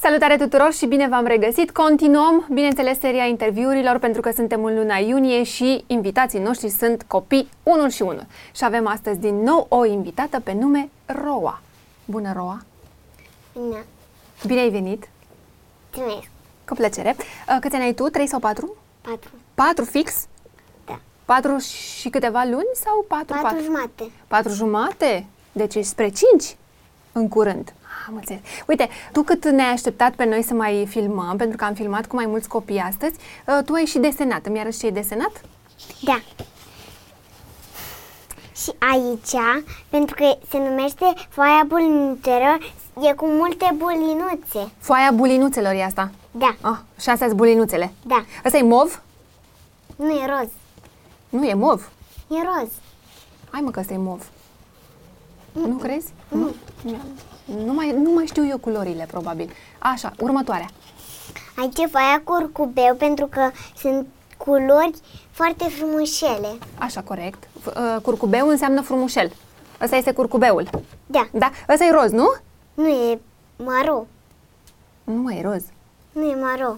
Salutare tuturor și bine v-am regăsit! Continuăm, bineînțeles, seria interviurilor pentru că suntem în luna iunie și invitații noștri sunt copii unul și unul. Și avem astăzi din nou o invitată pe nume Roa. Bună, Roa! Bine, Bine ai venit! mulțumesc. Cu plăcere! Uh, Câți ani ai tu? 3 sau 4? Patru. 4 fix? Da. 4 și câteva luni sau 4? Patru jumate. 4 jumate? Deci ești spre 5 în curând. Am înțeles. Uite, tu cât ne-ai așteptat pe noi să mai filmăm, pentru că am filmat cu mai mulți copii astăzi, uh, tu ai și desenat. Îmi arăți ce ai desenat? Da. Și aici, pentru că se numește foaia bulinițeră, e cu multe bulinuțe. Foaia bulinuțelor e asta. Da, Ah, și astea sunt bulinuțele. da. Ăsta e mov? Nu e roz. Nu e mov. E roz. Hai mă că ăsta e mov. Nu crezi? Nu. Nu mai, nu mai știu eu culorile, probabil. Așa, următoarea. Aici e foaia curcubeu, pentru că sunt culori foarte frumușele. Așa, corect. F- uh, Curcubeu înseamnă frumușel. Ăsta este curcubeul. Da, Da? Ăsta e roz, nu? nu e maro. Nu mai e roz. Nu e maro.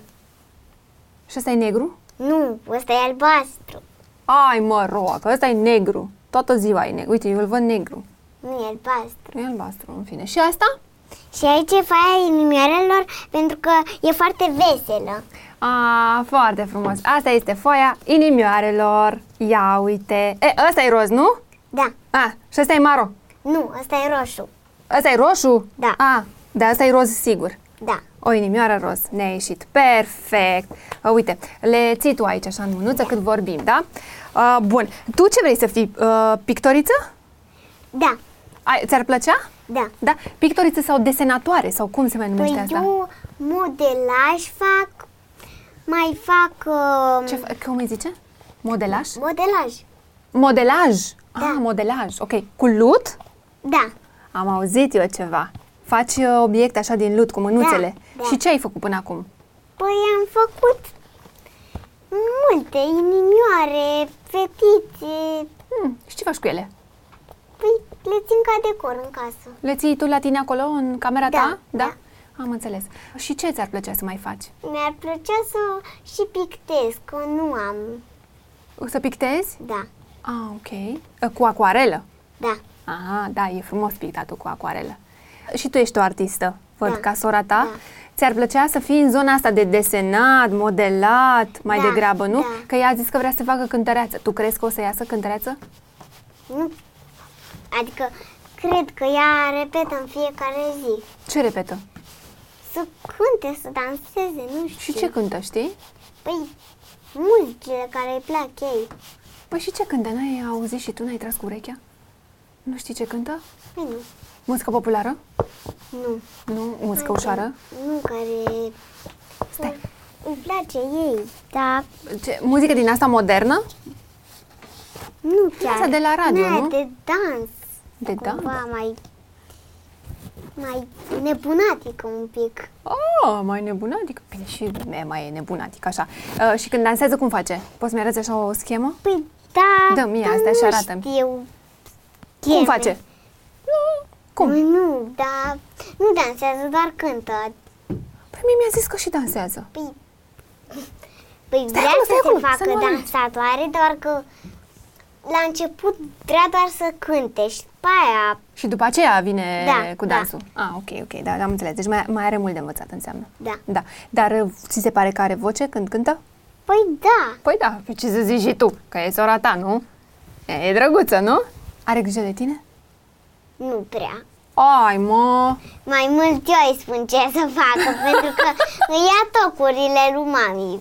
Și ăsta e negru? Nu, ăsta e albastru. Ai mă, roa, că ăsta e negru. Toată ziua e negru. Uite, eu îl văd negru. Nu e albastru. E albastru, în fine. Și asta? Și aici e faia inimioarelor pentru că e foarte veselă. A, foarte frumos. Asta este foaia inimioarelor. Ia uite. E, ăsta e roz, nu? Da, A, și ăsta e maro. nu, ăsta e roșu. Ăsta e roșu? Da. A, da, ăsta e roz sigur. Da, O inimioară roz, ne-a ieșit. Perfect! A, Uite, le ții tu aici așa în mânuță cât vorbim, da? A, bun, tu ce vrei să fii? A, pictoriță? da, Ai, ți-ar plăcea? da. Da? Pictoriță sau desenatoare sau cum se mai numește Păi asta? eu modelaj fac, mai fac uh, Ce, fa- cum îi zice? Modelaj? modelaj. Modelaj! Da. Ah, modelaj, ok. Cu lut? Da, Am auzit eu ceva. Faci uh, obiecte așa din lut, cu mânuțele. Da, da. Și ce ai făcut până acum? păi am făcut multe inimioare, fetițe, Hmm, și ce faci cu ele? păi le țin ca decor în casă. Le ții tu la tine acolo, în camera Da, ta? da. Am înțeles. Și ce ți-ar plăcea să mai faci? Mi-ar plăcea să și pictez, că nu am. Să pictezi? Da, Ah, ok. Cu acuarelă? da, Ah, da, e frumos pictatul cu acuarelă. Și tu ești o artistă, văd, Da. ca sora ta. Da. Ți-ar plăcea să fii în zona asta de desenat, modelat, mai Da, degrabă, nu? da. Că ea a zis că vrea să facă cântăreață. Tu crezi că o să iasă cântăreață? nu. Adică cred că ea repetă în fiecare zi. Ce repetă? Să cânte, să danseze, nu știu. Și ce cântă, știi? Păi, muzicile care îi plac ei. Păi și ce cântă? N-ai auzit și tu, n-ai tras cu urechea? Nu știi ce cântă? Păi nu, Muzică populară? nu. Nu, muzică ușoară? Nu, care Stai. îi place ei, dar Ce, muzică din asta modernă? nu chiar. Asta de la radio, N-aia nu? de dans, De cumva da. mai, mai nebunatică un pic. Oh, mai nebunatică. Bine, și e mai e nebunatică, așa. Uh, și când dansează, cum face? Poți să-mi arăți așa o schemă? Păi, da, Dă mie dar astea și nu arată-mi. știu. Cum Cheme. face? Cum? Păi Nu, dar nu dansează, doar cântă. Păi mie mi-a zis că și dansează. Păi, păi Stai vrea acolo, să stai se acolo, să facă nu mănânci. dansatoare, doar că la început vrea doar să cânte și după aia, Și după aceea vine Da, cu da. dansul. Ah, ok, ok, da, am înțeles. Deci mai, mai are mult de învățat, înseamnă. da. Da. Dar uh, ți se pare că are voce când cântă? Păi da, Păi da, pe ce să zici și tu, că e sora ta, nu? E, e drăguță, nu? Are grijă de tine? nu prea. Ai, mă! Mai mult eu îi spun ce să facă, pentru că îi ia tocurile lui mami.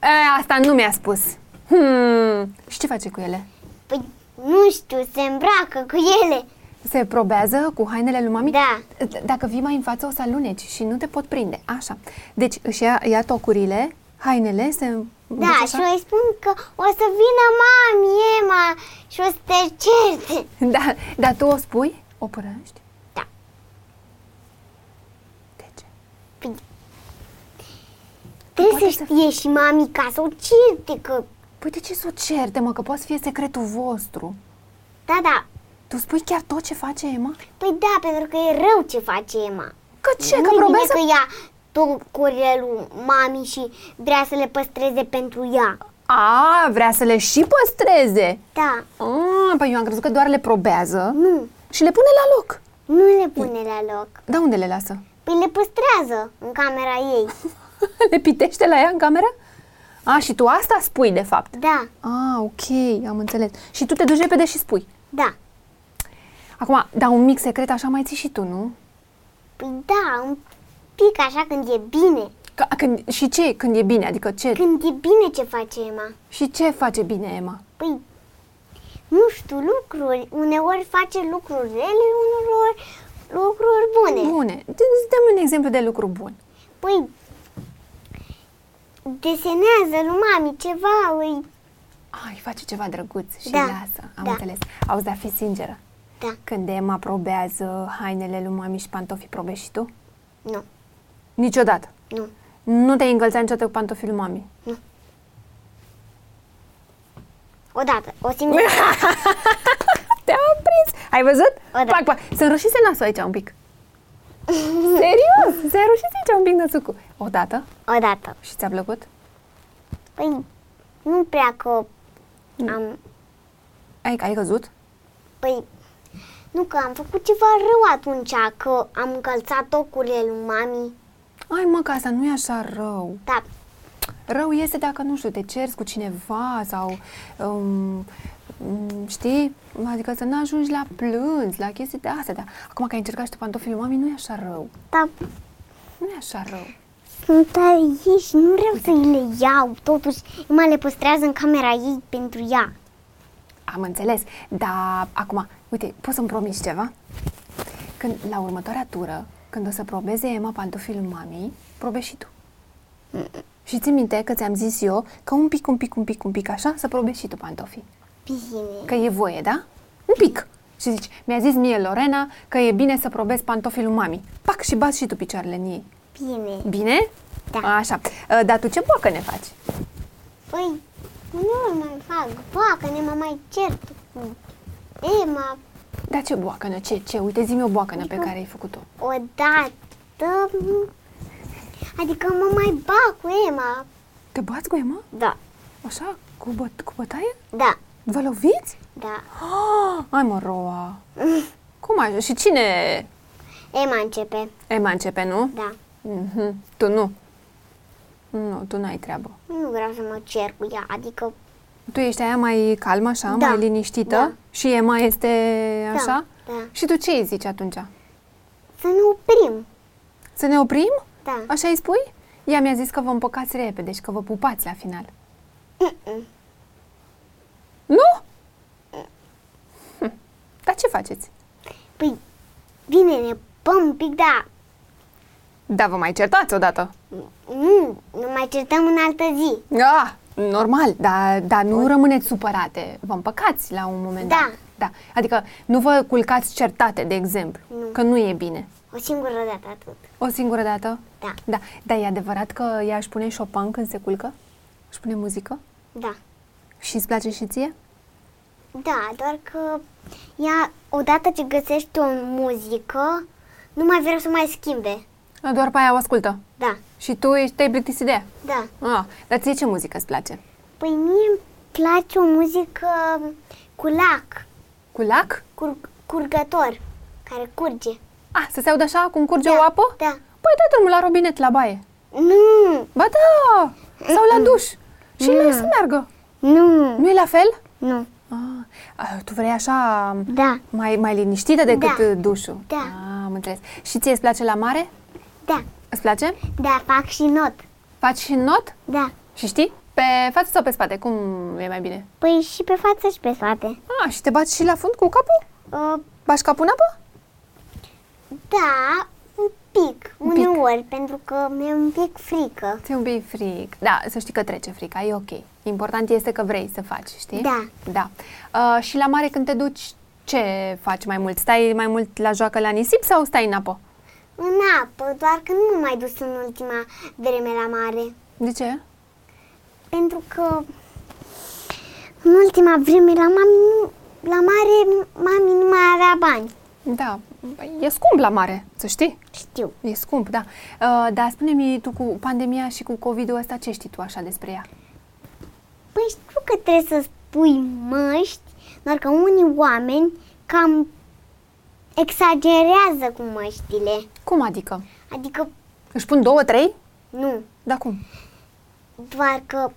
E, asta nu mi-a spus. Hmm. Și ce face cu ele? Păi nu știu, se îmbracă cu ele. Se probează cu hainele lui mami? Da. D- Dacă vii mai în față, o să aluneci și nu te pot prinde. Așa. Deci își ia, ia tocurile, hainele, se... duce Da, și Deci așa? eu îi spun că o să vină mami, Ema, și o să te certe. Da, dar tu o spui? O părăști? Da. De ce? Trebuie poate să să- știe și mami ca să o certe, că... Păi de ce să o certe, mă, că poate să fie secretul vostru? Da, da, Tu spui chiar tot ce face Emma? Păi da, pentru că e rău ce face Emma. Că ce, nu că e bine probează? că ea stocurile lui mami și vrea să le păstreze pentru ea. A, vrea să le și păstreze. Da, A, păi eu am crezut că doar le probează nu, și le pune la loc. nu le pune la loc. Dar unde le lasă? Păi le păstrează în camera ei. le pitește la ea în cameră? A, și tu asta spui, de fapt. Da, A, Ah, ok, am înțeles. Și tu te duci repede și spui. da. Acum, da, un mic secret așa mai ții și tu, nu? Păi da, un pic așa când e bine. Ca, când, și ce când e bine? Adică ce? Când e bine ce face Emma? Și ce face bine Emma? Păi, nu știu, lucruri. Uneori face lucruri rele, uneori lucruri bune. Bune. Dă- Îți dăm un exemplu de lucru bun. Păi, desenează lui mami ceva, îi... A, îi face ceva drăguț și Da, lasă. Am da. înțeles. Auzi, dar fi sinceră. Da, Când Emma probează hainele lui mami și pantofii, probezi și tu? nu, Niciodată. nu. Nu te-ai încălțat niciodată cu pantofii lui mami. Odată, o singură Te-am prins! Ai văzut? O, da. Pac, pac. Sunt rușise nasul aici un pic. Serios? Se rușise aici un pic nasucul. O dată? odată. Și ți-a plăcut? Păi, nu prea că am... Ai, ai căzut? Păi, nu că am făcut ceva rău atunci, că am încălțat tocurile lui mami. Ai mă, că asta nu e așa rău. Da, Rău este dacă, nu știu, te ceri cu cineva sau, um, um, știi, adică să n-ajungi la plâns, la chestii de astea. Dar acum că ai încercat și tu pantofii lui mami, nu e așa rău. da, Nu e așa rău. Sunt aici, nu vreau să îi le iau, totuși Emma le păstrează în camera ei pentru ea. Am înțeles, dar acum, uite, poți să-mi promiți ceva? Când, la următoarea tură, când o să probeze Emma pantofii lui mami, probezi și tu. Și ții minte că ți-am zis eu că un pic, un pic, un pic, un pic așa, să probezi și tu pantofii. Bine. Că e voie, da? Un pic. Și zici, mi-a zis mie Lorena că e bine să probezi pantofii lui mami. Pac și bați și tu picioarele în ei. Bine. Bine? Da. Așa. Uh, Dar tu ce boacă ne faci? Păi, uneori mai fac boacă, ne mă mai cert cu Emma Dar ce boacănă? Ce? Ce? Uite, zi-mi o boacănă pe care ai făcut-o. odată. Adică mă mai bag cu Emma. Te bați cu Emma? Da, Așa? Cu, bă- cu bătaie? da, Vă loviți? da. Ah, ai mă roa. Cum ai? Și cine Emma începe, Emma începe, nu? da. Mhm. Tu nu. Nu, tu n-ai treabă. Nu vreau să mă cer cu ea, adică Tu ești aia mai calmă, așa, Da. mai liniștită Da. și Emma este Da, așa? da. Și tu ce îi zici atunci? să ne oprim. Să ne oprim? Da. Așa îi spui? Ea mi-a zis că vă împăcați repede și că vă pupați la final. Mm-mm. Mm. Nu? Hm. Dar ce faceți? Păi, bine, ne păm un pic, da, Da, vă mai certați odată. Nu, ne mai certăm în altă zi. Ah, normal, dar da, nu rămâneți supărate. Vă împăcați la un moment Da. dat. Da. Adică nu vă culcați certate, de exemplu, Nu. că nu e bine. O singură dată atât. O singură dată? Da. Da. Dar e adevărat că ea își pune Chopin când se culcă? Își pune muzică? Da. Și îți place și ție? Da, doar că ea, odată ce găsești o muzică, nu mai vrea să o mai schimbe. Doar pe aia o ascultă. Da, Și tu ești, te-ai plictisit de ea. da. Ah, dar ție ce muzică îți place? Păi mie îmi place o muzică cu lac, Cu lac? cur- curgător, care curge. Ah, să se audă așa cum curge Da, o apă? da. Păi dă drumul la robinet, la baie. Nu, Ba da! Sau la duș. Și mm. să meargă. nu, nu e la fel? nu. Ah, a, tu vrei așa um, Da, mai, mai liniștită decât uh, Da. dușul. Da. Ah, am înțeles. Și ție îți place la mare? da, Îți place? da, fac și not. Faci și not? Da. Și știi? Pe față sau pe spate? Cum e mai bine? Păi și pe față și pe spate. Ah, și te bați și la fund cu capul? Uh, Bași capul în apă? Da, un pic, Un pic. uneori, pentru că mi-e un pic frică. Ți-e un pic fric. Da, să știi că trece frica, e ok. Important este că vrei să faci, știi? Da. Da. Uh, și la mare când te duci, ce faci mai mult? Stai mai mult la joacă la nisip sau stai în apă? În apă, doar că nu m-am mai dus în ultima vreme la mare. De ce? Pentru că în ultima vreme la, mami, nu- la mare mami nu mai avea bani. Da, e scump la mare, să știi. Știu. E scump, da. Uh, dar spune-mi tu cu pandemia și cu COVID-ul ăsta, ce știi tu așa despre ea? Păi știu că trebuie să spui măști, doar că unii oameni cam exagerează cu măștile. Cum adică? Adică, Își pun două, trei? nu, Da, cum? doar că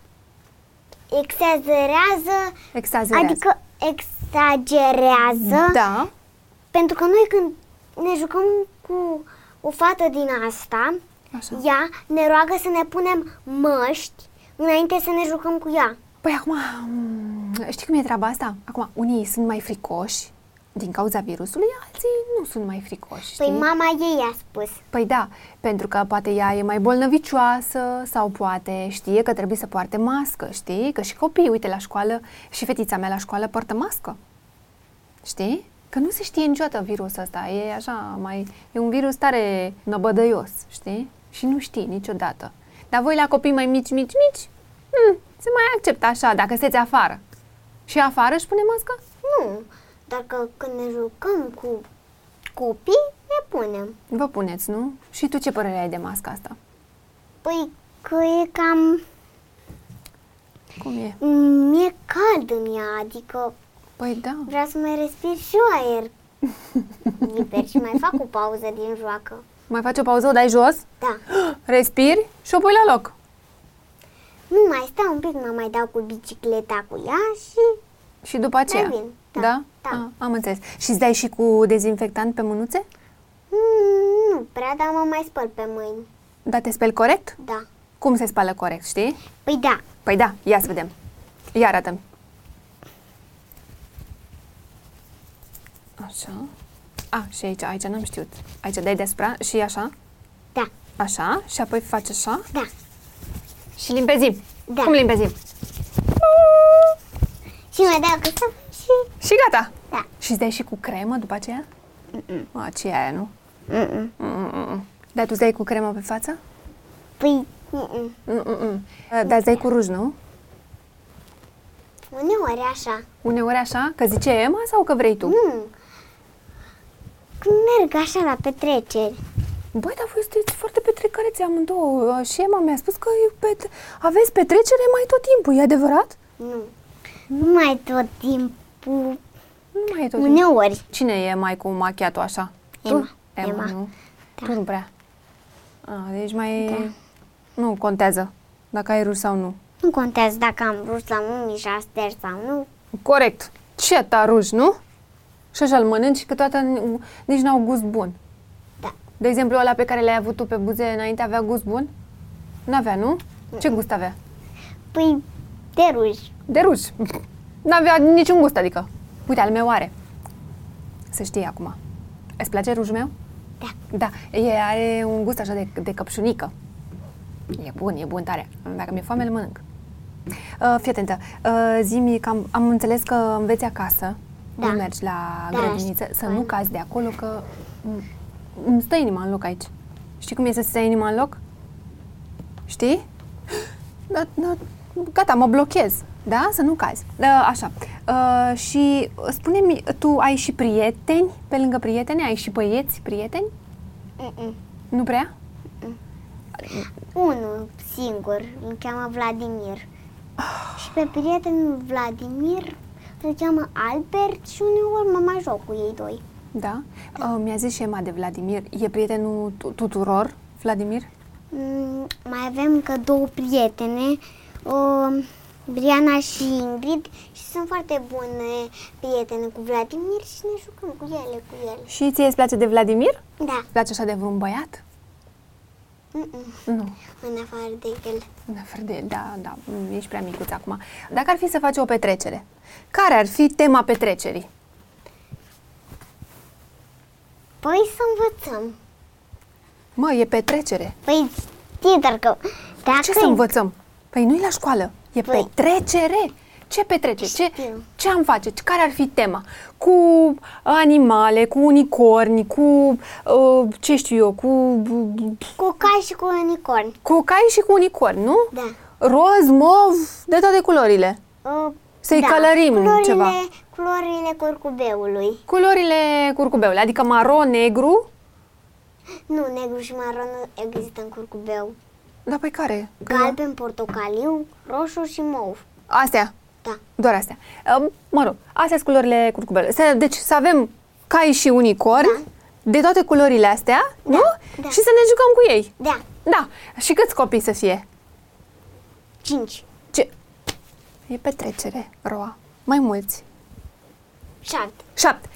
exagerează, Exagerează. adică exagerează, Da, pentru că noi când ne jucăm cu o fată din asta, așa. ea ne roagă să ne punem măști înainte să ne jucăm cu ea. Păi acum, mm, știi cum e treaba asta? Acum, unii sunt mai fricoși din cauza virusului, alții nu sunt mai fricoși, știi? Păi mama ei a spus. Păi da, pentru că poate ea e mai bolnăvicioasă sau poate știe că trebuie să poarte mască, știi? Că și copiii, uite, la școală, și fetița mea la școală poartă mască. Știi? Că nu se știe niciodată virusul ăsta, e așa mai... E un virus tare năbădăios, știi? Și nu știi niciodată. Dar voi la copii mai mici, mici, mici, hmm, se mai acceptă așa, dacă sunteți afară. Și afară își pune mască? Nu, dar că când ne jucăm cu copii, ne punem. Vă puneți, nu? Și tu ce părere ai de masca asta? Păi că e cam... Cum e? mi-e cald în ea, adică Păi da. vreau să mai respir și eu aer liber și mai fac o pauză din joacă. Mai faci o pauză, o dai jos? Da. Respiri și o pui la loc. Nu mai stau un pic, mă mai dau cu bicicleta cu ea și Și după aceea. vin, da, da? da. A, am înțeles. Și îți dai și cu dezinfectant pe mânuțe? mm, nu prea, dar mă mai spăl pe mâini. Dar te speli corect? Da. Cum se spală corect, știi? Păi da, Păi da, ia să vedem. Ia arată-mi. Așa. A, și aici, aici n-am știut. Aici dai deasupra și așa, da, așa și apoi faci așa da. și limpezim. Da. Cum limpezim? Și mai dau cu sap și... Și gata. Da. Și îți dai și cu cremă după aceea? Mm-mm. A, ce e aia, nu? Mm-mm. Mm-mm. Dar tu îți dai cu cremă pe față? Păi, mm-mm. Mm-mm. Dar îți dai cu ruj, nu? uneori așa. Uneori așa? Că zice Emma sau că vrei tu? Mm. Când merg așa la petreceri. Băi, dar voi sunteți foarte petrecăreți amândouă. Și Emma mi-a spus că e pet- aveți petrecere mai tot timpul, e adevărat? Nu. Nu mai tot timpul. Nu mai e tot timpul. Uneori. Cine e mai cu machiatul așa? Emma. Tu? Emma, Emma. Da. nu? Tu nu prea. A, deci mai... Da. Nu contează dacă ai ruj sau nu. Nu contează dacă am vrut sau nu, mișaster sau nu. Corect. Ce taruj, nu? Și așa îl mănânci că toată n- nici n-au gust bun. Da. De exemplu, ăla pe care l-ai avut tu pe buze înainte avea gust bun? N-avea, nu? Ce gust avea? Păi, de ruj. De ruj. N-avea niciun gust, adică. Uite, al meu are. Să știi acum. Îți place rujul meu? Da. Da. E, are un gust așa de, de căpșunică. E bun, e bun tare. Dacă mi-e foame, îl mănânc. Uh, fii atentă. Uh, zi că am, am înțeles că înveți acasă. Da. Nu mergi la Da, grădiniță. Să știu. nu cazi de acolo, că îmi- îmi stă inima în loc aici. Știi cum e să-ți stai inima în loc? Știi? Da, da, gata, mă blochez, da? Să nu cazi. Da, așa. Uh, și uh, spune-mi, tu ai și prieteni? Pe lângă prieteni, ai și băieți prieteni? Mm-mm. Nu prea? Unul singur, îl cheamă Vladimir. Și pe prietenul Vladimir îl cheamă Albert și uneori mă mai joc cu ei doi. Da. Uh, mi-a zis și Emma de Vladimir. E prietenul tu- tuturor, Vladimir? Mm, mai avem încă două prietene, uh, Briana și Ingrid, și sunt foarte bune prietene cu Vladimir și ne jucăm cu ele, cu ele. Și ție îți place de Vladimir? Da, Îți place așa de vreun băiat? mm-mm, Nu. în afară de el. În afară de, da, da, mm, ești prea micuț acum. Dacă ar fi să faci o petrecere, care ar fi tema petrecerii? Păi să învățăm. Mă, e petrecere. Păi știi, dar că dacă... Ce să învățăm? Păi nu e la școală, e Păi- petrecere. Ce petrecere? Ce, Știu. ce am face? Ce- Care ar fi tema? Cu animale, cu unicorni, cu uh, ce știu eu, cu, Cu cai și cu unicorn. cu cai și cu unicorni, nu? Da. Roz, mov, de toate culorile. Uh, Să-i călărim culorile, ceva. Culorile curcubeului. Culorile curcubeului, adică maro, negru, Nu, negru și maron nu există în curcubeu. dar pe care? Că eu- Galben, portocaliu, roșu și mov. Astea, Da. doar astea. Um, Mă rog, astea sunt culorile curcubeului. Să- Deci să avem cai și unicorni Da. de toate culorile astea, nu? da. Și să ne jucăm cu ei. Da. Da. Și câți copii să fie? Cinci. Ce? E petrecere, roa. Mai mulți. 7. 7.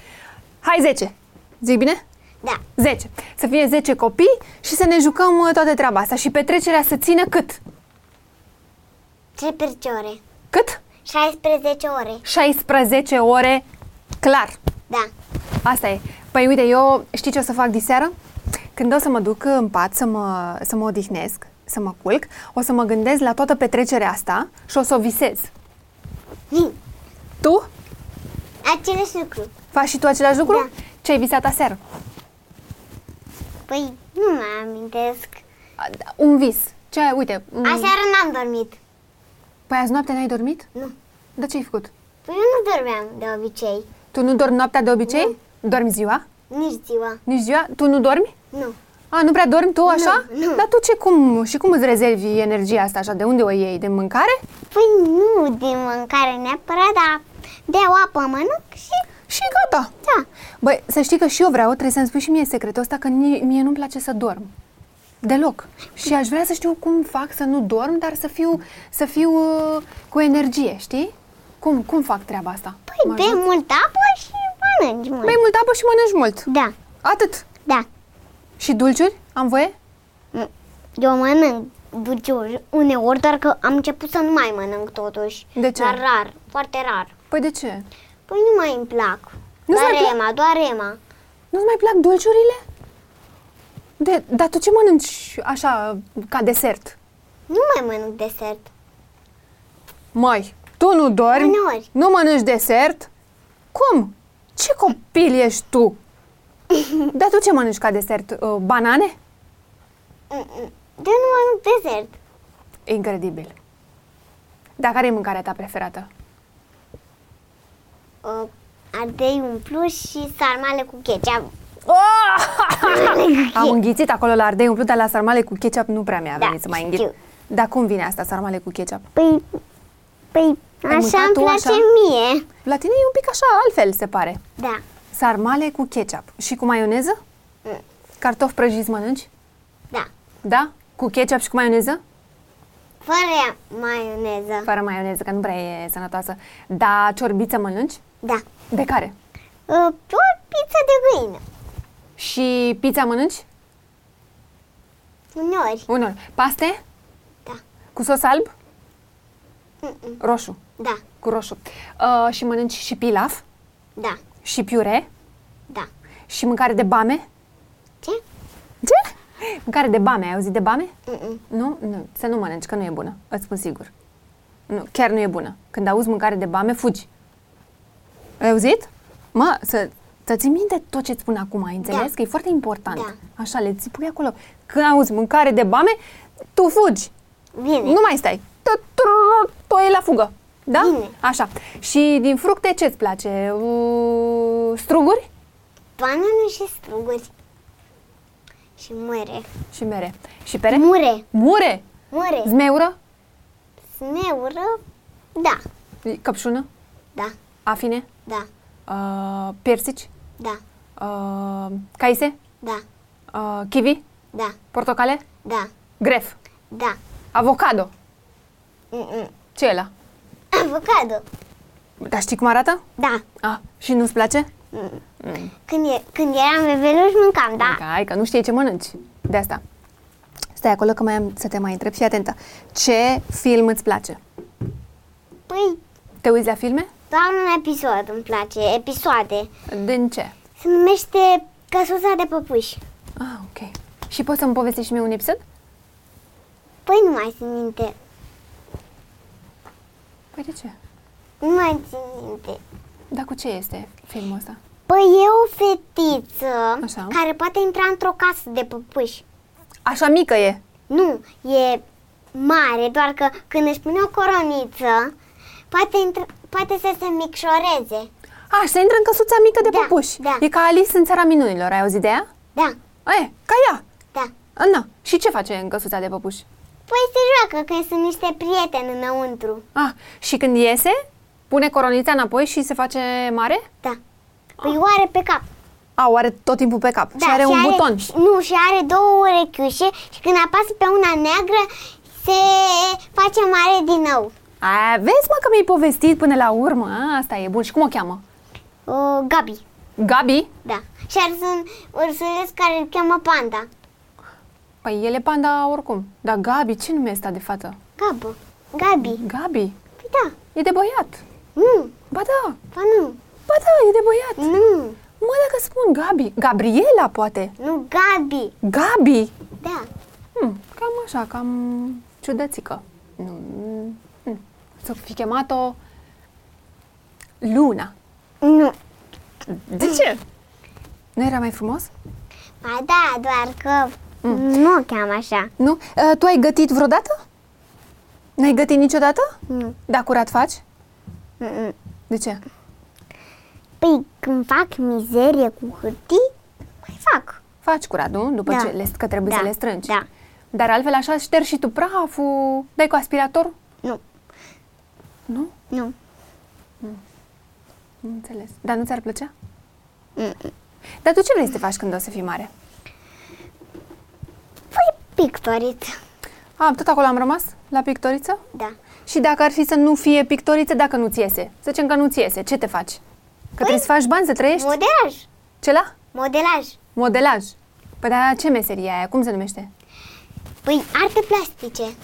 Hai 10. Zic bine? Da. 10. Să fie 10 copii și să ne jucăm uh, toată treaba asta. Și petrecerea să țină cât? 13 ore. Cât? 16 ore. 16 ore. Clar. Da. Asta e. Păi uite, eu știi ce o să fac diseară? Când o să mă duc în pat să mă, să mă odihnesc, să mă culc, o să mă gândesc la toată petrecerea asta și o să o visez. Hm. Tu? Același lucru. Faci și tu același lucru? Da. Ce ai visat aseară? Păi nu mă amintesc. A, da, Un vis. Ce ai, uite, m- Aseară n-am dormit. păi azi noapte n-ai dormit? Nu. Dar ce ai făcut? Păi eu nu dormeam de obicei. Tu nu dormi noaptea de obicei? Dormi ziua? Nici ziua. Nici ziua? Tu nu dormi? Nu. A, nu prea dormi tu așa? nu. Dar tu ce, cum, și cum îți rezervi energia asta așa? De unde o iei? De mâncare? Păi nu din mâncare neapărat, dar beau apă, mănânc și Și gata. da. Băi, să știi că și eu vreau, trebuie să-mi spui și mie secretul ăsta, că ni- mie nu-mi place să dorm. Deloc. Și aș vrea să știu cum fac să nu dorm, dar să fiu, să fiu uh, cu energie, știi? Cum, cum fac treaba asta? Păi Mă bei ajut? multă apă și mănânci mult. Bei multă apă și mănânci mult. Da, Atât. da. Și dulciuri? Am voie? Mm. Eu mănânc dulciuri uneori, doar că am început să nu mai mănânc totuși. De ce? Dar rar, foarte rar. Păi de ce? Păi nu mai îmi plac. Nu-ți doar mai plac? Ema, doar Ema. Nu-ți mai plac dulciurile? De, dar tu ce mănânci așa, ca desert? Nu mai mănânc desert. Mai, tu nu dormi, Uneori. nu mănânci desert? Cum? Ce copil ești tu? Dar tu ce mănânci ca desert? Uh, Banane? Mm-mm. Eu nu mănânc desert. Incredibil. Dar care e mâncarea ta preferată? Uh, ardei umplut și sarmale cu ketchup. Ah! Am înghițit acolo la ardei umplut, dar la sarmale cu ketchup nu prea mi-a Da, venit să mai înghit. știu. Dar cum vine asta, sarmale cu ketchup? Păi, păi așa mâncat îmi tu place așa? mie. La tine e un pic așa, altfel se pare. Da. Sarmale cu ketchup. Și cu maioneză? Mm. Cartofi prăjiți mănânci? Da. Da? Cu ketchup și cu maioneză? Fără maioneză. Fără maioneză, că nu prea e sănătoasă. Dar ciorbiță mănânci? Da. De care? Uh, o pizza de găină. Și pizza mănânci? Uneori. Unor. Paste? Da. Cu sos alb? Mm-mm. Roșu. Da. Cu roșu. Uh, și mănânci și pilaf? Da. Și piure? Da. Și mâncare de bame? Ce? Ce? Mâncare de bame. Ai auzit de bame? Mm-mm. Nu? Nu. Să nu mănânci, că nu e bună. Îți spun sigur. Nu, chiar nu e bună. Când auzi mâncare de bame, fugi. Ai auzit? Mă, să, să ții minte tot ce-ți spun acum, ai înțeles? Da. Că e foarte important. Da. Așa, le ții pui acolo. Când auzi mâncare de bame, tu fugi. Bine. Nu mai stai. Tot- tot- Tot e la fugă. Da? Bine. Așa. Și din fructe ce-ți place? Uh, Struguri Banane și struguri. Și mure. și mere. Și pere? Mure. Mure! Mure. Zmeură? Smeură. Da. Căpșună? Da. Afine? Da. Uh, piersici? Da. Uh, caise, Da. uh, kiwi, Da. portocale, Da. gref, Da. avocado. Mm-mm. Ce e ăla? Avocado. Dar știi cum arată? Da. Ah, și nu-ți place? Mm. Mm. Când, e, când eram bebeluș, mâncam, da. Că ai, că nu știi ce mănânci. De asta. Stai acolo că mai am să te mai întreb. Fii atentă. Ce film îți place? Păi, Te uiți la filme? doar un episod îmi place, episoade. Din ce? Se numește Căsuța de păpuși. Ah, ok. Și poți să-mi povestești și mie un episod? Păi nu mai țin minte. Păi de ce? Nu mai țin minte. Dar cu ce este filmul ăsta? Păi e o fetiță Așa. care poate intra într-o casă de păpuși. Așa mică e. Nu, e mare, doar că când își pune o coroniță, poate intra, poate să se micșoreze. A, și să intră în căsuța mică de Da, păpuși. da. E ca Alice în țara minunilor, ai auzit de ea? Da, E, ca ea. da. Na, și ce face în căsuța de păpuși? Păi se joacă că sunt niște prieteni înăuntru. Ah, și când iese, pune coronița înapoi și se face mare? Da. Păi o are pe cap. A, o are tot timpul pe cap Da, și Ah. are un buton. și- Nu, și are două urechiușe și când apasă pe una neagră se face mare din nou. A, vezi mă că mi-ai povestit până la urmă. A, asta e bun. Și cum o cheamă? O, Gabi, Gabi? da. Și ar sunt ursuleț care îl cheamă Panda. Păi el e panda oricum. Dar Gabi, ce nume e ăsta de fată? Gabă, Gabi. Gabi, Păi da, e de băiat. nu, Ba da, ba nu, ba da, e de băiat. nu, Mă, dacă spun Gabi, Gabriela poate. nu Gabi, Gabi? da. Hmm, cam așa, cam ciudățică. Nu, mm, mm. Să fi chemat-o Luna. Nu. De ce? Nu era mai frumos? Ba da, doar că nu o cheamă așa. Nu? Uh, tu ai gătit vreodată? N-ai gătit niciodată? Nu. Da, curat faci? Mm-mm. De ce? Păi când fac mizerie cu hârtii, mai fac. Faci curat, nu? După Da. ce le, că trebuie Da, să le strângi. da. Dar altfel așa ștergi și tu praful, dai cu aspirator? Nu, Nu? nu. Nu înțeles. Dar nu ți-ar plăcea? Mm-mm. Dar tu ce vrei să te faci când o să fii mare? Păi pictorit. A, Ah, tot acolo am rămas? La pictoriță? Da. Și dacă ar fi să nu fie pictoriță, dacă nu-ți iese? Să zicem că nu-ți iese, ce te faci? Că trebuie să faci bani, să trăiești? Modelaj. Ce la? Modelaj. Modelaj. Păi dar ce meserie e aia? Cum se numește? Păi arte plastice.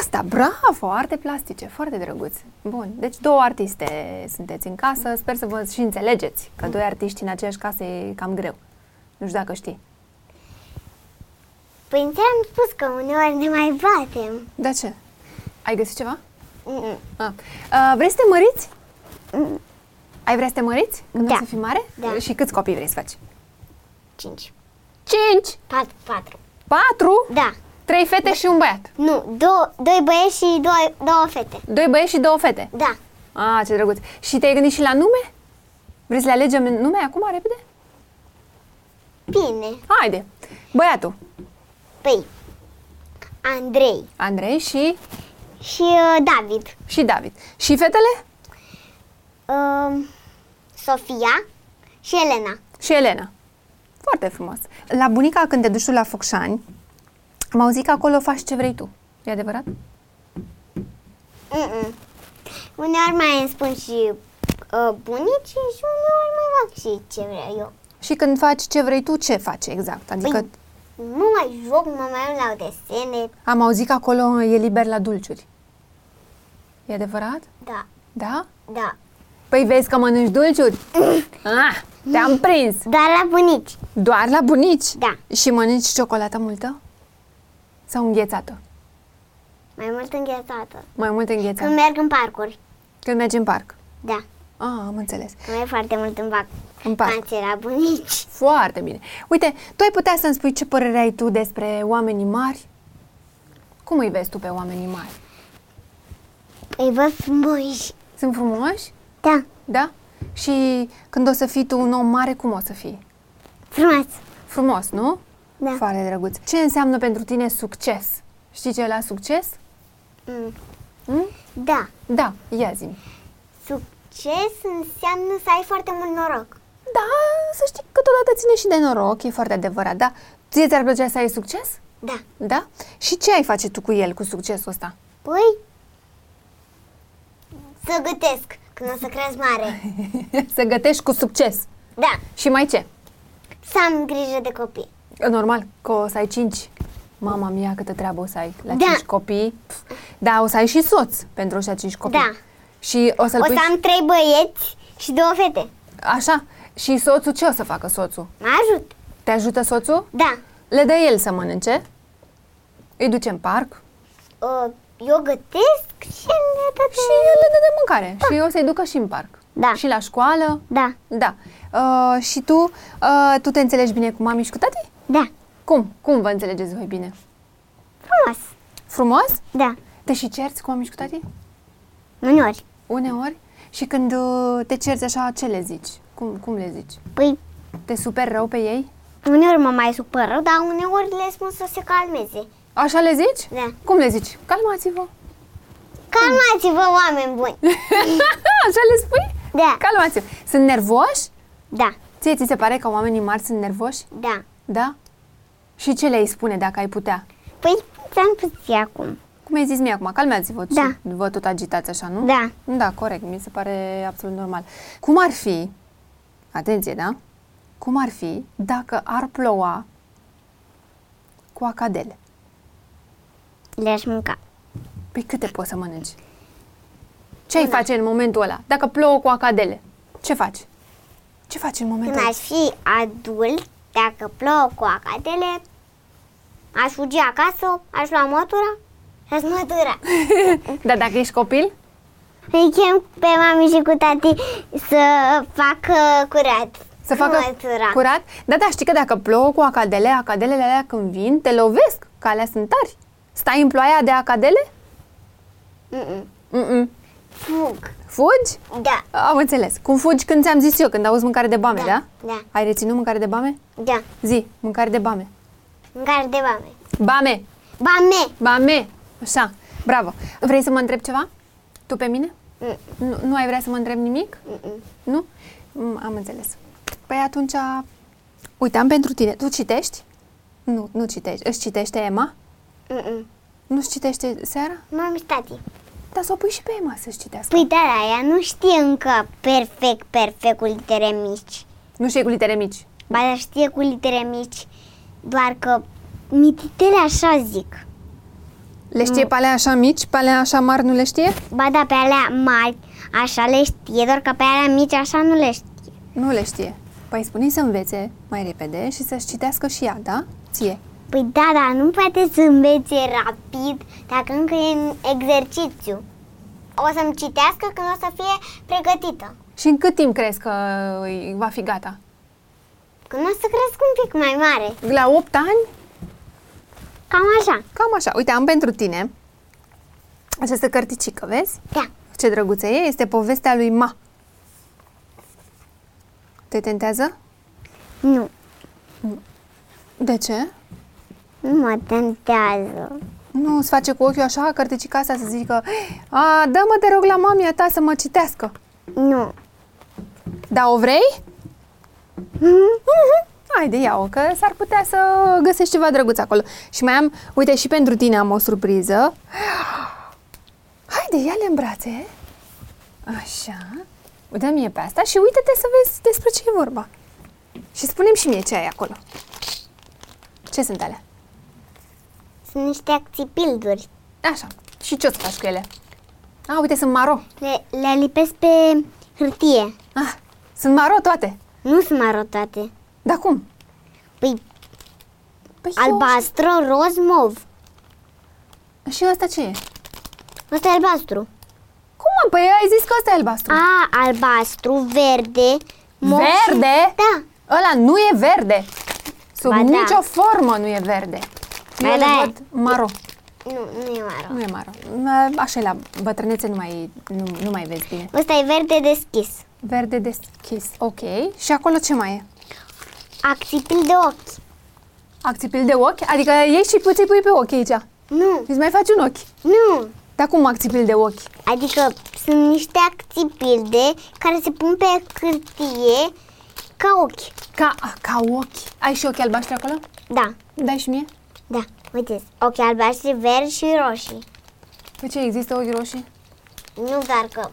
Asta, bravo! Arte plastice, foarte drăguț. Bun, deci două artiste sunteți în casă, sper să vă și înțelegeți că doi artiști în aceeași casă e cam greu. Nu știu dacă știi. Păi am spus că uneori ne mai batem. De ce? Ai găsit ceva? Mm-mm. Ah. Uh, vrei să te măriți? Mm. Ai vrea să te măriți când o Da. să fii mare? Da. Și câți copii vrei să faci? Cinci. Cinci! Patru. Patru. Patru? Da. Trei fete și un băiat. Nu, două, doi băieți și doi, două fete. Doi băieți și două fete. Da. Ah, ce drăguț. Și te-ai gândit și la nume? Vrei să le alegem nume acum, repede? Bine. Haide! Băiatul, Păi, Andrei Andrei și, și uh, David. și David. Și fetele? Uh, Sofia și Elena. Și Elena. Foarte frumos. La bunica, când te duci tu la Focșani, am auzit că acolo faci ce vrei tu. E adevărat? Mm-mm. Uneori mai îmi spun și uh, bunici și uneori mai fac și ce vreau eu. Și când faci ce vrei tu, ce faci exact? Adică Păi, nu mai joc, mă mai uit la desene. am auzit că acolo e liber la dulciuri. E adevărat? Da, Da? da. Păi vezi că mănânci dulciuri? Ah, te-am prins! Doar la bunici. Doar la bunici? Da. Și mănânci ciocolată multă? Sau înghețată? Mai mult înghețată. Mai mult înghețată. Când merg în parcuri. Când mergi în parc. Da, Ah, am înțeles. că merg foarte mult în parc. În parc. Panțe la bunici. Foarte bine. Uite, tu ai putea să-mi spui ce părere ai tu despre oamenii mari? Cum îi vezi tu pe oamenii mari? Îi văd frumoși. Sunt frumoși? Da, Da? Și când o să fii tu un om mare, cum o să fii? frumos. Frumos, nu? Da. Foarte drăguț. Ce înseamnă pentru tine succes? Știi ce e la succes? Mm. Mm? Da, Da, ia zi succes înseamnă să ai foarte mult noroc. Da, să știi că câteodată ține și de noroc, e foarte adevărat, da? Ție ți-ar plăcea să ai succes? Da. Da? Și ce ai face tu cu el, cu succesul ăsta? Păi, să gătesc când o să crezi mare. să gătești cu succes. Da, Și mai ce? să am grijă de copii. Normal că o să ai cinci. Mama mia, câtă treabă o să ai la Da. cinci copii. Pf, Da, o să ai și soț pentru ăștia cinci copii. Da. Și o să-l O pui... să am trei băieți și două fete. Așa. Și soțul, ce o să facă soțul? Mă ajut. Te ajută soțul? Da. Le dă el să mănânce. Îi duce în parc. Uh, Eu gătesc și ne dă Și el le dă de mâncare. Și o să-i ducă și în parc. Da. Și la școală. Da, Da. Uh, și tu, uh, tu te înțelegi bine cu mami și cu tati? da. Cum? Cum vă înțelegeți voi bine? Frumos. Frumos? Da. Te și cerți cu mami și cu tati? Uneori. Uneori? Și când uh, te cerți așa, ce le zici? Cum, cum le zici? Păi, Te super rău pe ei? uneori mă mai supăr rău, dar uneori le spun să se calmeze. Așa le zici? Da. Cum le zici? Calmați-vă! Calmați-vă, oameni buni! așa le spui? Da, Calmați-vă! Sunt nervoși? da, Ție ți se pare că oamenii mari sunt nervoși? da. Da? Și ce le-ai spune dacă ai putea? Păi, ți-am pus acum. Cum ai zis mie acum, calmeați-vă, ce- Da. vă tot agitați așa, nu? Da. Da, corect, mi se pare absolut normal. Cum ar fi, atenție, da? Cum ar fi dacă ar ploua cu acadele? Le-aș mânca. Păi câte poți să mănânci? Ce ai face în momentul ăla? Dacă plouă cu acadele, ce faci? Ce faci în momentul Când aș fi adult, dacă plouă cu acadele, aș fugi acasă, aș lua mătura, aș mătura. Dar Da, dacă ești copil? Îi chem pe mami și cu tati să facă curat. Să facă mătura. curat? Da, da, știi că dacă plouă cu acadele, acadelele alea când vin, te lovesc, că alea sunt tari. Stai în ploaia de acadele? Mm-mm. Mm-mm. Fug. Fugi? Da, Am înțeles. Cum fugi când ți-am zis eu, când auzi mâncare de bame, da? Da, da. Ai reținut mâncare de bame? da. Zi, mâncare de bame. Mâncare de bame. Bame! Bame! Bame! Așa, bravo. Vrei să mă întreb ceva? Tu pe mine? Mm, Nu, nu ai vrea să mă întreb nimic? mm, Nu? Mm, am înțeles. Păi atunci, uitam pentru tine. Tu citești? Nu, nu citești. Își citește Emma? mm, mm. Nu-și citește seara? Mami și tati. Dar să o pui și pe Emma să-și citească. Păi da, da, ea nu știe încă perfect, perfect cu litere mici. Nu știi cu litere mici. Ba dar știe cu litere mici, doar că mititele așa zic. Le știe pe alea așa mici, pe alea așa mari nu le știe? Ba da, pe alea mari așa le știe, doar că pe alea mici așa nu le știe. Nu le știe. Păi spune să învețe mai repede și să-și citească și ea, da? Ție. Păi da, dar nu poate să învețe rapid dacă încă e în exercițiu. O să-mi citească când o să fie pregătită. Și în cât timp crezi că îi va fi gata? Când o să cresc un pic mai mare. La 8 ani? Cam așa. Cam așa. Uite, am pentru tine această cărticică, vezi? Da. Ce drăguță e, este povestea lui Ma. Te tentează? Nu. De ce? Nu mă tentează. Nu îți face cu ochiul așa cărticica asta să zică A, dă-mă, te rog, la mamia ta să mă citească. Nu. Da, o vrei? Haide, ia-o, că s-ar putea să găsești ceva drăguț acolo. Și mai am, uite, și pentru tine am o surpriză. Haide, ia-le în brațe. Așa. Uite mie pe asta și uite-te să vezi despre ce e vorba. Și spunem și mie ce ai acolo. Ce sunt alea? Sunt niște acțipilduri. Așa. Și ce o să faci cu ele? A, uite, sunt maro. Le, le lipesc pe hârtie. Ah, sunt maro toate. Nu sunt maro toate. Dar cum? Păi Păi eu- albastru, roz, mov. Și ăsta ce e? Ăsta e albastru. Cum mă? Păi ai zis că ăsta e albastru. A, albastru, verde, mov. și- Verde? Da. Ăla nu e verde. Sub Ba da. nicio formă nu e verde. Eu Ba le da. văd maro. Nu, nu e maro. Nu e maro. Așa e la bătrânețe, nu mai, nu, nu mai vezi bine. Ăsta e verde deschis. Verde deschis. Ok. Și acolo ce mai e? Axipil de ochi. Acțipil de ochi? Adică iei și puți pui pe ochi aici. Nu, Și îți mai faci un ochi. nu. Dar cum acțipil de ochi? Adică sunt niște acțipilde care se pun pe hârtie ca ochi. Ca, a, ca ochi. Ai și ochi albaștri acolo? Da, Dai și mie? da. Uite, ochi albaștri, verzi și roșii. Păi ce, există ochi roșii? Nu doar că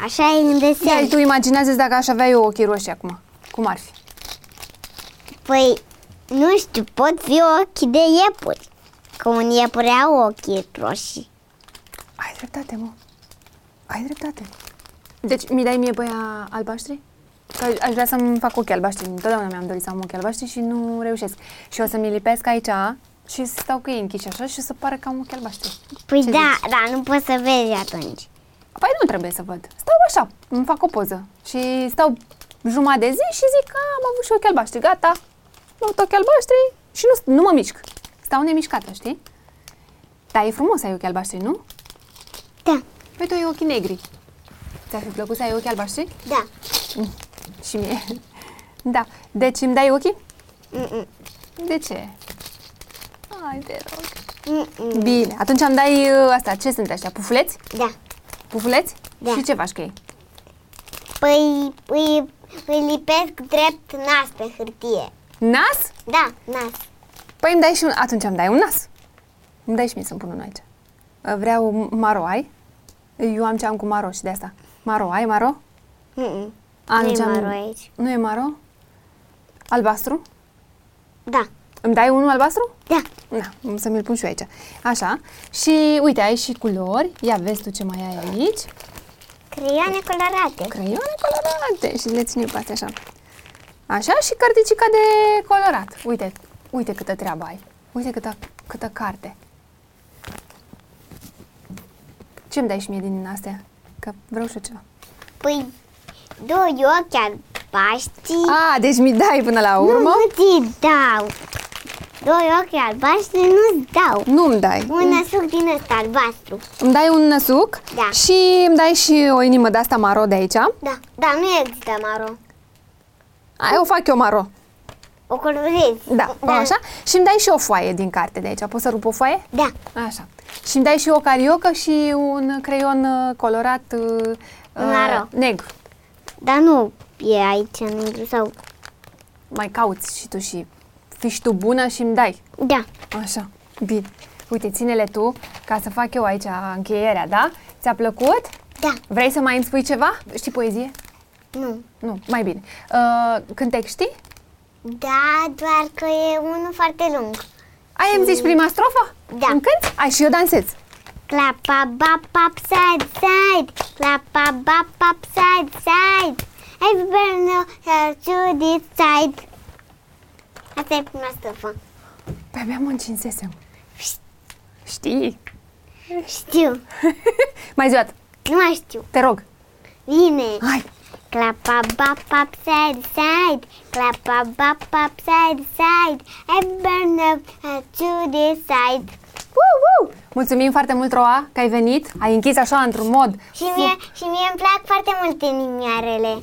așa e Ia, în desen. tu imaginează dacă aș avea eu ochii roșii acum. Cum ar fi? Păi, nu știu, pot fi ochi de iepuri. Că un iepure au ochii roșii. Ai dreptate, mă. Ai dreptate. Deci, mi dai mie băia albaștri? Că aș- aș vrea să-mi fac ochii albaștri. Întotdeauna mi-am dorit să am ochii albaștri și nu reușesc. Și o să-mi lipesc aici și să stau cu ei închiși așa și o să pară că am ochii albaștri. Păi Ce da, da, nu poți să vezi atunci. Păi nu trebuie să văd. Stau așa, îmi fac o poză. Și stau jumătate de zi și zic că am avut și ochii albaștri. Gata, am avut ochii albaștri și nu, nu mă mișc. Stau nemișcată, știi? Dar e frumos să ai ochii albaștri, nu? Da, Păi tu ai ochii negri. Ți-ar fi plăcut să ai ochi albaștri? Da. Și mie. Da. Deci îmi dai ochii? Mm-mm. De ce? Ai, te rog. Mm-mm. Mm. Bine, atunci îmi dai ă, asta. Ce sunt ăștia? Pufuleți? Da. Pufuleți? Da. Și ce faci cu ei? Păi îi, îi lipesc drept nas pe hârtie. Nas? Da, nas. Păi îmi dai și un... Atunci îmi dai un nas. Îmi dai și mie să-mi pun unul aici. Ă, Vreau maro, ai? Eu am ce am cu maro și de asta. Maro, ai maro? Mm-mm. A, Nu e deci am- maro aici. Nu e maro? Albastru? Da, Îmi dai unul albastru? da. Da, să mi-l pun și eu aici. Așa. Și uite, ai și culori. Ia vezi tu ce mai ai aici. Creioane colorate. Creioane colorate. Și le ține pe astea așa. Așa și carticica de colorat. Uite, uite câtă treabă ai. Uite câtă, câtă carte. Ce îmi dai și mie din astea? Că vreau și eu ceva. Păi doi ochi albaștri. A, deci mi dai până la Nu, urmă? nu ți dau. Doi ochi albaștri nu-ți dau. Nu-mi dai. Un năsuc din ăsta albastru. Îmi dai un năsuc Da. și îmi dai și o inimă de asta maro de aici. Da, da, nu există maro. Ai, o fac eu maro. O colorezi. Da, da. așa. Și îmi dai și o foaie din carte de aici. Poți să rup o foaie? Da, Așa. Și îmi dai și o cariocă și un creion uh, colorat uh, Maro. uh, negru. dar nu e aici în negru sau... Mai cauți și tu și fii și tu bună și îmi dai. Da, Așa. Bine. Uite, ține-le tu ca să fac eu aici încheierea, da? Ți-a plăcut? da, Vrei să mai îmi spui ceva? Știi poezie? nu. Nu, mai bine. Uh, cântec știi? Da, doar că e unul foarte lung. Ai îmi zici prima strofă? Da. Îmi cânti? Ai și eu dansez. Clapa, bap, upside, side. Clapa, bap, upside, side. Everybody know how to decide. uh, Asta e prima stofă. Pe abia mă încinsesem. Știi? Știu, Mai zi o dată. nu mai știu. Te rog. Bine. Hai. Clapa, bap, upside, side. Clapa, bap, upside, side. Everybody know how to decide. Woo, woo! Mulțumim foarte mult, Roa, că ai venit. Ai închis așa într-un mod. Și mie, și mie îmi plac foarte mult inimioarele.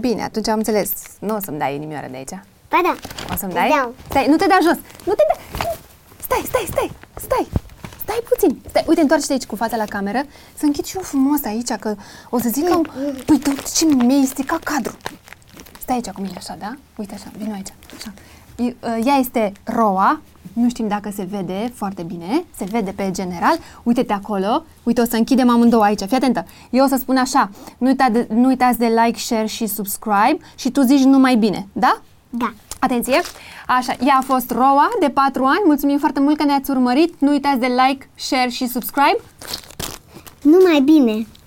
Bine, atunci am înțeles. Nu o să-mi dai inimioară de aici. Ba da. O să-mi dai? Dau. Stai, nu te da jos. Nu te da... Stai, stai, stai, stai. Stai puțin. Stai, uite, întoarce-te aici cu fața la cameră. Să închid și eu frumos aici, că o să zic că... Păi, da, uite ce mi-ai stricat cadru. Stai aici cu mine, așa, da? Uite așa, vino aici. Așa. I- uh, Ea este Roa, nu știm dacă se vede foarte bine, se vede pe general. Uite-te acolo, uite, o să închidem amândouă aici, fii atentă. Eu o să spun așa, nu, uita de, nu uitați de like, share și subscribe și tu zici numai bine, da? Da. Atenție! Așa, ea a fost Roa de 4 ani, mulțumim foarte mult că ne-ați urmărit, nu uitați de like, share și subscribe. Numai bine. Da,